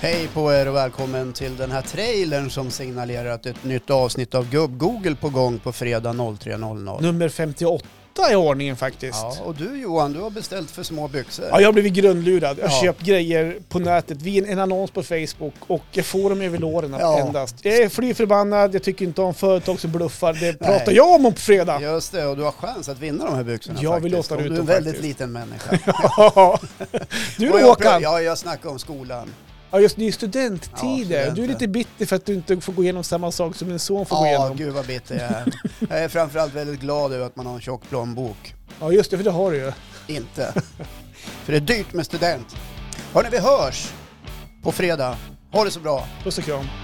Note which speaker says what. Speaker 1: Hej på er och välkommen till den här trailern som signalerar att ett nytt avsnitt av Gubb-Google på gång på fredag 03.00.
Speaker 2: Nummer 58 i ordningen faktiskt.
Speaker 1: Ja,
Speaker 2: Ja,
Speaker 1: och du Johan, du har beställt för små byxor.
Speaker 2: jag har blivit grundlurad. Jag har
Speaker 1: Ja.
Speaker 2: köpt grejer på nätet via en annons på Facebook och jag får dem över låren
Speaker 1: Ja.
Speaker 2: endast. Jag är fly förbannad, jag tycker inte om företag som bluffar. Det pratar
Speaker 1: Nej.
Speaker 2: jag om på fredag.
Speaker 1: Just det, och du har chans att vinna de här byxorna
Speaker 2: Jag vill
Speaker 1: faktiskt. Och
Speaker 2: låta ut
Speaker 1: Du är en
Speaker 2: dem
Speaker 1: väldigt
Speaker 2: faktiskt.
Speaker 1: liten människa.
Speaker 2: du
Speaker 1: Och
Speaker 2: då
Speaker 1: jag, pra-
Speaker 2: Håkan?
Speaker 1: ja, jag snackar om skolan.
Speaker 2: Ja just det, det är
Speaker 1: Ja,
Speaker 2: studenttider.
Speaker 1: studenter.
Speaker 2: du är lite bitter för att du inte får gå igenom samma sak som din son får gå
Speaker 1: Ja,
Speaker 2: igenom.
Speaker 1: gud vad bitter jag är. Jag är framförallt väldigt glad över att man har en tjock plånbok.
Speaker 2: Ja just det, för det har du ju.
Speaker 1: Inte. För det är dyrt med student. Hörni, vi hörs på fredag. Ha det så bra.
Speaker 2: Puss och kram.